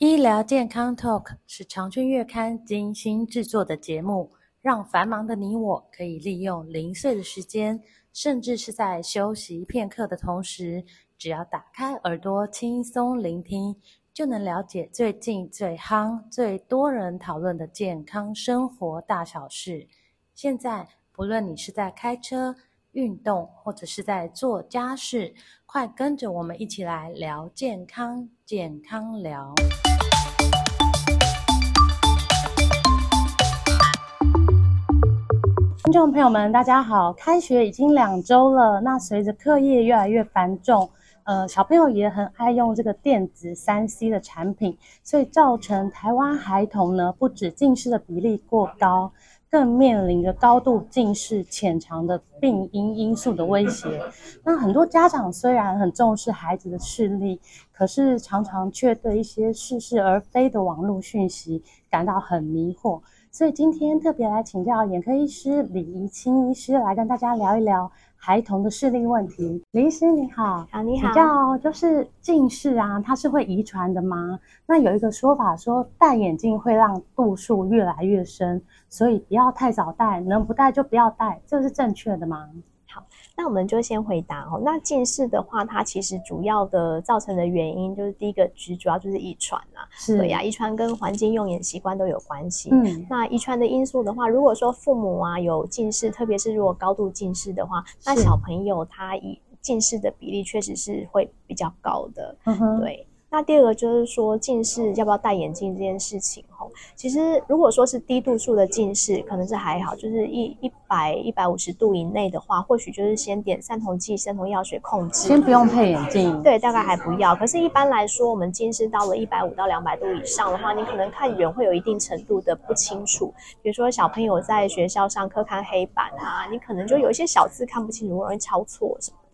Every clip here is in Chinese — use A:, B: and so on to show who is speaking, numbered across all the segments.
A: 聊健康 Talk 是长春月刊精心制作的节目，让繁忙的你我可以利用零碎的时间，甚至是在休息片刻的同时，只要打开耳朵轻松聆听，就能了解最近最夯、最多人讨论的健康生活大小事。现在，不论你是在开车、运动，或者是在做家事，快跟着我们一起来聊健康，健康聊。听众朋友们，大家好！开学已经两周了，那随着课业越来越繁重，呃，小朋友也很爱用这个电子三 C 的产品，所以造成台湾孩童呢不止近视的比例过高，更面临着高度近视潜藏的病因因素的威胁。那很多家长虽然很重视孩子的视力，可是常常却对一些似是而非的网络讯息感到很迷惑。所以今天特别来请教眼科医师李怡清医师，来跟大家聊一聊孩童的视力问题。李医师你好，
B: 啊，你
A: 请
B: 好，
A: 教就是近视啊，它是会遗传的吗？那有一个说法说戴眼镜会让度数越来越深，所以不要太早戴，能不戴就不要戴，这是正确的吗？
B: 那我们就先回答哦。那近视的话，它其实主要的造成的原因就是第一个，其实主要就是遗传啦。
A: 是
B: 对呀、遗传跟环境用眼习惯都有关系。
A: 嗯，
B: 那遗传的因素的话，如果说父母啊有近视，特别是如果高度近视的话，那
A: 是
B: 小朋友他以近视的比例确实是会比较高的。
A: 嗯哼，
B: 对。那第二个就是说近视要不要戴眼镜这件事情吼，其实如果说是低度数的近视，可能是还好，就是一一百一百五十度以内的话，或许就是先点散瞳剂、散瞳药水控
A: 先
B: 制。
A: 不用配眼镜，，
B: 对，大概还不要。可是，一般来说，我们近视到了一百五到两百度以上的话，你可能看远会有一定程度的不清楚。比如说，小朋友在学校上课看黑板啊，你可能就有一些小字看不清楚，容易抄错什么的。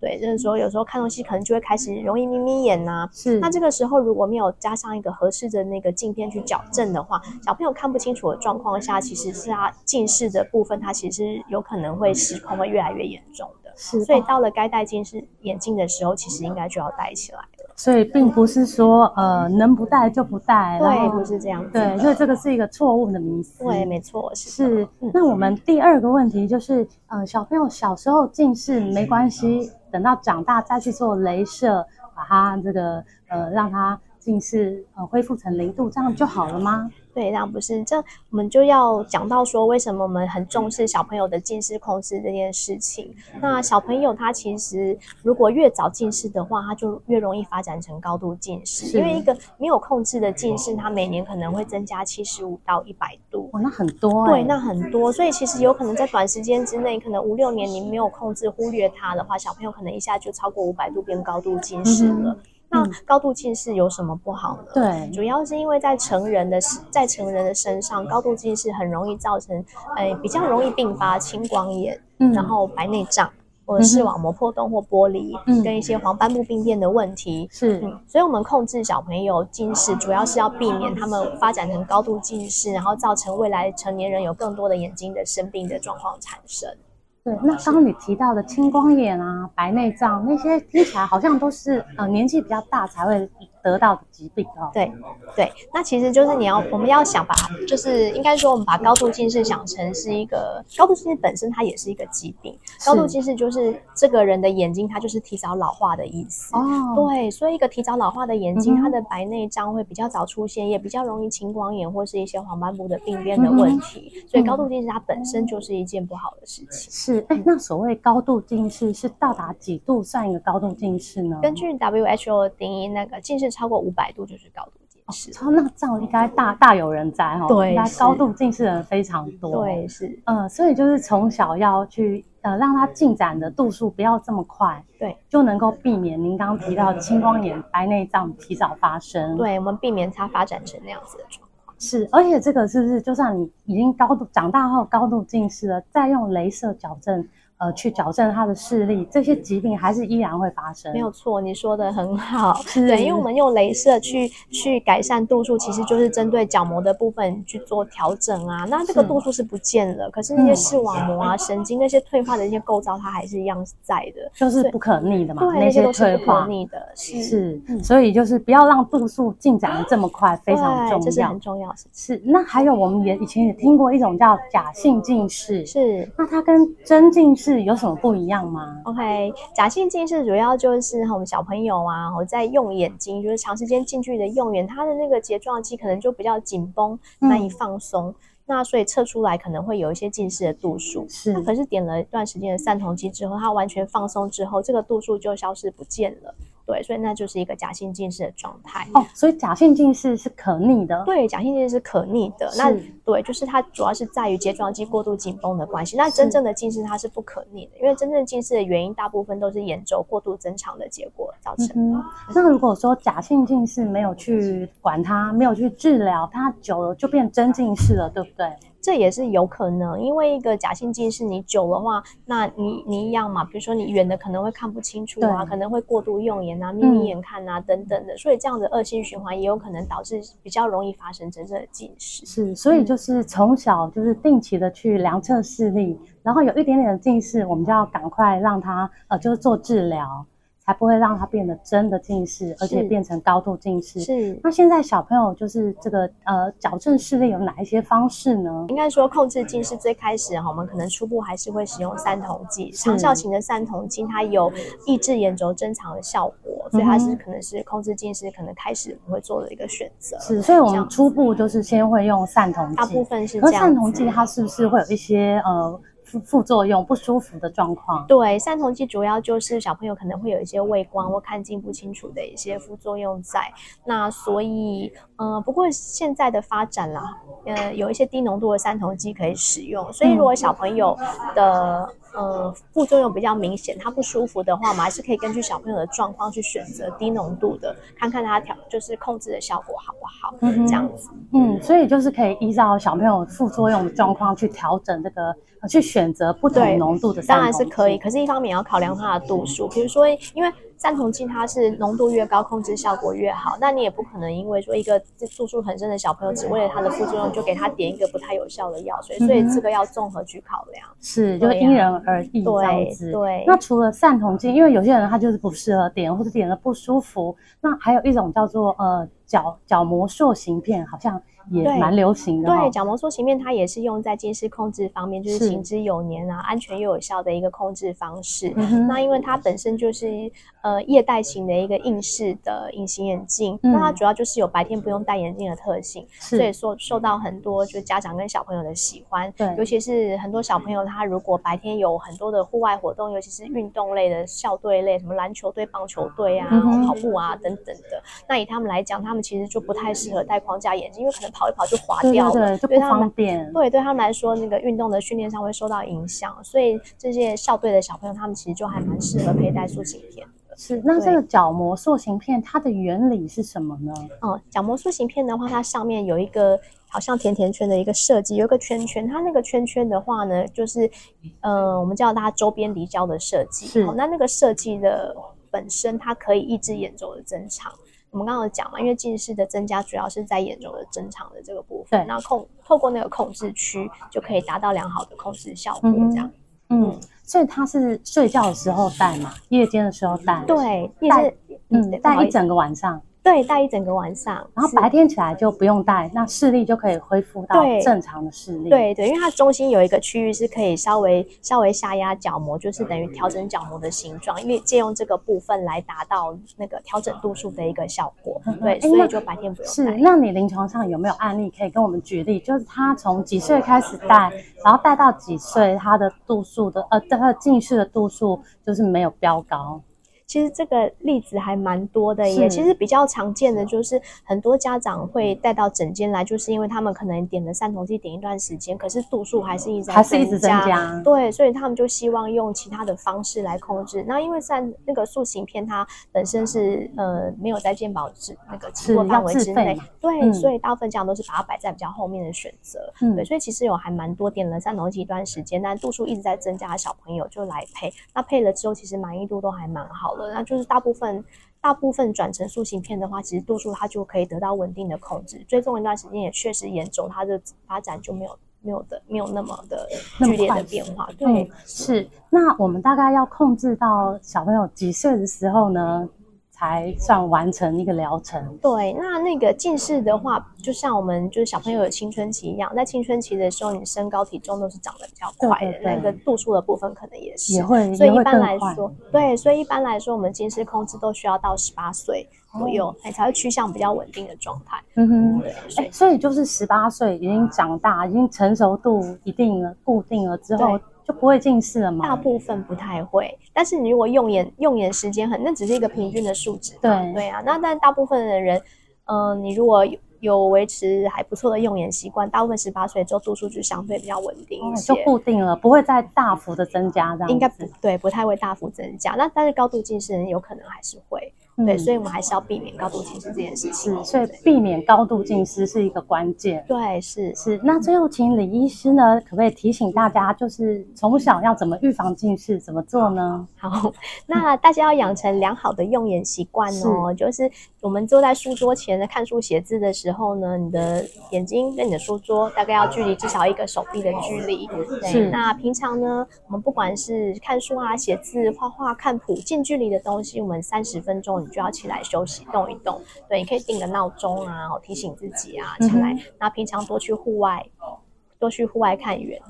B: 对，那时候有时候看东西可能就会开始容易眯眯眼啊呐、
A: 啊是，
B: 那这个时候如果没有加上一个合适的那个镜片去矫正的话，小朋友看不清楚的状况下，其实是他近视的部分，他其实有可能会失控，会越来越严重的。
A: 是，
B: 所以到了该戴近视眼镜的时候，其实应该就要戴起来了。
A: 所以并不是说呃能不戴就不戴，然
B: 对，
A: 后
B: 不是这样子的。
A: 对，所以这个是一个错误的迷思。
B: 对，没错，是的
A: 是
B: 嗯。
A: 那我们第二个问题就是，呃，小朋友小时候近视没关系，等到长大再去做镭射，把它这个呃让它近视呃恢复成零度，这样就好了吗？
B: 对，那不是这，我们就要讲到说，为什么我们很重视小朋友的近视控制这件事情。
A: 嗯
B: 那小朋友他其实如果越早近视的话，他就越容易发展成高度近视，
A: 是
B: 因为一个没有控制的近视，它每年可能会增加七十五到一百度。
A: 哇，那很多哎、
B: 对，那很多，所以其实有可能在短时间之内，可能五六年你没有控制、忽略它的话，小朋友可能一下就超过五百度变高度近视
A: 嗯哼
B: 了。那
A: 嗯
B: 高度近视有什么不好呢？
A: 对
B: 主要是因为在成人的在成人的身上，高度近视很容易造成，呃，比较容易并发青光眼，
A: 嗯
B: 然后白内障，或者视
A: 嗯哼
B: 网膜破洞或剥离，
A: 嗯
B: 跟一些黄斑部病变的问题。
A: 是
B: 嗯，所以我们控制小朋友近视，主要是要避免他们发展成高度近视，然后造成未来成年人有更多的眼睛的生病的状况产生。
A: 对。那刚刚你提到的青光眼啊、白内障那些，听起来好像都是呃年纪比较大才会得到的疾病哦。
B: 对对，那其实就是你要，我们要想把，就是应该说我们把高度近视想成是一个高度近视本身它也是一个疾病，高度
A: 是
B: 近视就是这个人的眼睛它就是提早老化的意思。
A: 哦，
B: 对，所以一个提早老化的眼睛，
A: 嗯哼
B: 它的白内障会比较早出现，也比较容易青光眼或是一些黄斑部的病变
A: 嗯
B: 的问题。所以高度近视它本身就是一件不好的事情。
A: 是哎，那所谓高度近视是到达几度算一个高度近视呢？
B: 根据 WHO 的定义，那个近视超过五百度就是高度近视。
A: 超那这样应该大大有人在哈、哦，
B: 对
A: 应该
B: 是
A: 高度近视的人非常多。，
B: 对，是，
A: 呃，所以就是从小要去呃让他进展的度数不要这么快，
B: 对，
A: 就能够避免您刚刚提到青光眼、白内障提早发生。，
B: 对我们避免它发展成那样子的状况。
A: 是，而且这个是不是就算你已经高度长大后高度近视了，再用镭射矫正，呃去矫正他的视力，这些疾病还是依然会发生。
B: 没有错，你说的很好。
A: 是
B: 对，因为我们用镭射去去改善度数，其实就是针对角膜的部分去做调整啊。那这个
A: 是
B: 度数是不见了，可是那些
A: 嗯
B: 视网膜啊、神经那些退化的一些构造，它还是一样在的。
A: 就是不可逆的嘛，
B: 对，
A: 那
B: 那些
A: 些
B: 都是
A: 退
B: 不可
A: 化
B: 逆的，是
A: 是，所以就是不要让度数进展的这么快，非常
B: 嗯对
A: 重
B: 这是
A: 要
B: 很。重要的事情。
A: 是，那还有我们也以前也听过一种叫假性近视，
B: 是，
A: 那它跟真近视有什么不一样吗？
B: OK，假性近视主要就是哈我们小朋友啊，我在用眼睛，就是长时间近距离的用眼，它的那个睫状肌可能就比较紧绷，
A: 嗯
B: 难以放松。那所以测出来可能会有一些近视的度数，
A: 是
B: 那可是点了一段时间的散瞳剂之后，它完全放松之后，这个度数就消失不见了。对，所以那就是一个假性近视的状态。
A: 哦，所以假性近视是可逆的。
B: 对，假性近视是可逆的。那
A: 是
B: 对，就是它主要是在于睫状肌过度紧绷的关系。那真正的近视它是不可逆的，因为真正近视的原因大部分都是眼轴过度增长的结果造
A: 嗯
B: 成的。
A: 哼，那如果说假性近视没有去管它，没有去治疗，它久了就变真近视了，对不对？
B: 这也是有可能，因为一个假性近视你久的话，那你你一样嘛，比如说你远的可能会看不清楚啊，
A: 对嗯
B: 可能会过度用眼啊、眯眯眼看啊、等等的，所以这样的恶性循环也有可能导致比较容易发生真正的近视。
A: 是，所以
B: 嗯
A: 就是从小就是定期的去量测视力，然后有一点点的近视，我们就要赶快让它呃，就是做治疗，才不会让它变得真的近视，而且
B: 是
A: 变成高度近视。
B: 是，
A: 那现在小朋友就是这个呃矫正视力有哪一些方式呢？
B: 应该说控制近视最开始哈，我们可能初步还是会使用散瞳剂，长
A: 嗯
B: 效型的散瞳剂它有抑制眼轴增长的效果，所以它是
A: 嗯哼
B: 可能是控制近视可能开始我们会做的一个选择，
A: 是，所以我
B: 这
A: 们
B: 样
A: 初步就是先会用散瞳
B: 大部
A: 剂，
B: 分是
A: 可
B: 这
A: 是
B: 样
A: 散
B: 子。
A: 瞳剂它是不是会有一些呃副副作用、不舒服的状况？
B: 对，散瞳剂主要就是小朋友可能会有一些畏光或看近不清楚的一些副作用在。那所以，呃，不过现在的发展啦，呃，有一些低浓度的散瞳剂可以使用。所以，
A: 嗯
B: 如果小朋友的呃副作用比较明显，他不舒服的话，我们还是可以根据小朋友的状况去选择低浓度的，看看他调就是控制的效果好不好，
A: 嗯哼
B: 这样子。
A: 嗯，所以就是可以依照小朋友副作用的状况去调整这个，呃去选择不同
B: 对
A: 浓度的散
B: 当然是
A: 瞳
B: 可以，
A: 剂。
B: 可是一方面也要考量它的度数，比如说，因为散瞳剂它是浓度越高，控制效果越好，那你也不可能因为说一个度数很深的小朋友，只为了它的副作用就给他点一个不太有效的药水，所以
A: 嗯哼
B: 这个要综合去考量。
A: 是，就
B: 对呀
A: 因人而异这样子。
B: 对对，
A: 那除了散瞳剂，因为有些人他就是不适合点，或者点了不舒服。那还有一种叫做呃角角膜塑形片，好像也
B: 对
A: 蛮流行的、哦。
B: 对，角膜塑形片它也是用在近视控制方面，就是
A: 是
B: 行之有年啊，安全又有效的一个控制方式。
A: 嗯哼，
B: 那因为它本身就是呃液态型的一个硬式的隐形眼镜，
A: 嗯
B: 那它主要就是有白天不用戴眼镜的特性，所以
A: 是，
B: 受受到很多就家长跟小朋友的喜欢。
A: 对
B: 尤其是很多小朋友，他如果白天有很多的户外活动，尤其是运动类的校队类，什么篮球队、棒球队啊、
A: 嗯哼
B: 跑步啊等等的，那以他们来讲，他们其实就不太适合戴框架眼镜，因为可能跑一跑就滑
A: 对
B: 掉
A: 对
B: 了，
A: 对，就
B: 对
A: 不
B: 他们
A: 方便。
B: 对，对他们来说，那个运动的训练上会受到影响，所以这些校队的小朋友，他们其实就还蛮适合佩戴塑形片的。
A: 是，那这
B: 对
A: 个角膜塑形片它的原理是什么呢？
B: 嗯，角膜塑形片的话，它上面有一个好像甜甜圈的一个设计，有一个圈圈。它那个圈圈的话呢，就是，呃，我们叫它周边离焦的设计。哦
A: 是
B: 好那那个设计的本身，它可以抑制眼轴的增长。我们刚刚有讲嘛，因为近视的增加主要是在眼轴的增长的这个部分，
A: 对
B: 那控透过那个控制区就可以达到良好的控制效果
A: 嗯，哼
B: 这样。
A: 嗯，所以它是睡觉的时候戴嘛，夜间的时候戴。，
B: 对，夜
A: 戴
B: 间
A: 嗯，
B: 不好
A: 戴
B: 意
A: 一
B: 思
A: 整个晚上，
B: 对戴一整个晚上，
A: 然后
B: 是
A: 白天起来就不用戴，那视力就可以恢复到
B: 对
A: 正常的视力。，
B: 对对，因为它中心有一个区域是可以稍微稍微下压角膜，就是等于
A: 嗯
B: 调整角膜的形状，因为借用这个部分来达到那个调整度数的一个效果。对，
A: 诶
B: 所
A: 嗯哎那
B: 以就白天不用
A: 是。
B: 戴。
A: 那你临床上有没有案例可以跟我们举例？就是他从几岁开始戴，然后戴到几岁，他的度数的呃，他的近视的度数就是没有飙高。
B: 其实这个例子还蛮多的耶。
A: 是
B: 其实比较常见的就是很多家长会带到诊间来，就是因为他们可能点了散瞳剂点一段时间，可是度数还是一直在
A: 还是一直增加，嗯
B: 对，所以他们就希望用其他的方式来控制。那因为在那个塑形片它本身是呃没有在健保之那个
A: 是
B: 经过范
A: 要
B: 围
A: 自
B: 之
A: 费
B: 内
A: 嘛，
B: 对，
A: 嗯
B: 所以大部分家长都是把它摆在比较后面的选择。
A: 嗯
B: 对，所以其实有还蛮多点了三头肌一段时间，但度数一直在增加的小朋友就来配，那配了之后其实满意度都还蛮好的，那就是大部分。大部分转成塑形片的话，其实度数它就可以得到稳定的控制。追踪一段时间也确实严重，它的发展就没有没有的没有那么的
A: 那么
B: 剧烈
A: 快
B: 的变化。对
A: 嗯，，是。那我们大概要控制到小朋友几岁的时候呢，才算完成一个疗程？
B: 对，那那个近视的话，就像我们就是小朋友有青春期一样，在青春期的时候，你身高体重都是长得比较快的，
A: 对对对
B: 那个度数的部分可能也是。
A: 也会
B: 所以
A: 也
B: 一
A: 会
B: 般
A: 更
B: 来
A: 快。
B: 说，对，所以一般来说，我们近视控制都需要到十八岁左右，哎、才会趋向比较稳定的状态。
A: 哦嗯哼，
B: 对，所
A: 哎、
B: 以
A: 所以就是十八岁已经长大，已经成熟度一定了固定了之后
B: 对，
A: 就不会近视了嘛？
B: 大部分不太会，但是你如果用眼用眼时间很，那只是一个平均的数值嘛。
A: 对
B: 对啊，那但大部分的人，嗯、你如果有有维持还不错的用眼习惯，大部分十八岁之后度数就相对比较稳定
A: 哦
B: 一些。
A: 就固定了，不会再大幅的增加这样子。
B: 应该不对，不太会大幅增加。那但是高度近视人有可能还是会，
A: 嗯
B: 对，所以我们还是要避免高度近视这件事情。
A: 是，所以避免高度近视是一个关键。
B: 对，是
A: 是，那最后请李医师呢，可不可以提醒大家，就是从小要怎么预防近视，怎么做呢？
B: 好。那大家要养成良好的用眼习惯哦，就是我们坐在书桌前看书写字的时候呢，你的眼睛跟你的书桌大概要距离至少一个手臂的距离。
A: 是
B: 对，那平常呢，我们不管是看书啊、写字、画画、看谱，近距离的东西，我们三十分钟你就要起来休息，动一动。对，你可以定个闹钟啊，哦提醒自己啊起来。那平常多去户外，多去户外看远。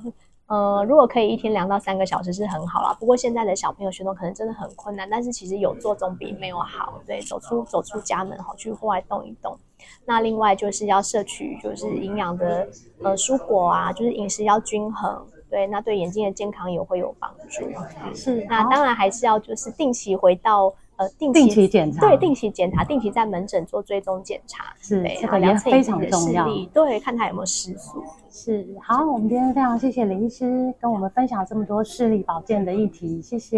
B: 呃，如果可以一天两到三个小时是很好啦。不过现在的小朋友学动可能真的很困难，但是其实有做总比没有好。对，走出走出家门，好去户外动一动。那另外就是要摄取就是营养的呃蔬果啊，就是饮食要均衡。对，那对眼睛的健康也会有帮助。
A: 是
B: 那当然还是要就是定期回到呃定期
A: 定期检查，
B: 对定期检查，定期在门诊做追踪检查。
A: 是
B: 对，
A: 嗯这
B: 然后
A: 个也
B: 量测
A: 非
B: 你自
A: 常
B: 己的
A: 重
B: 视
A: 要。
B: 力，对，看他有没有失速。
A: 是，好，我们今天非常谢谢李医师跟我们分享这么多视力保健的议题，谢谢。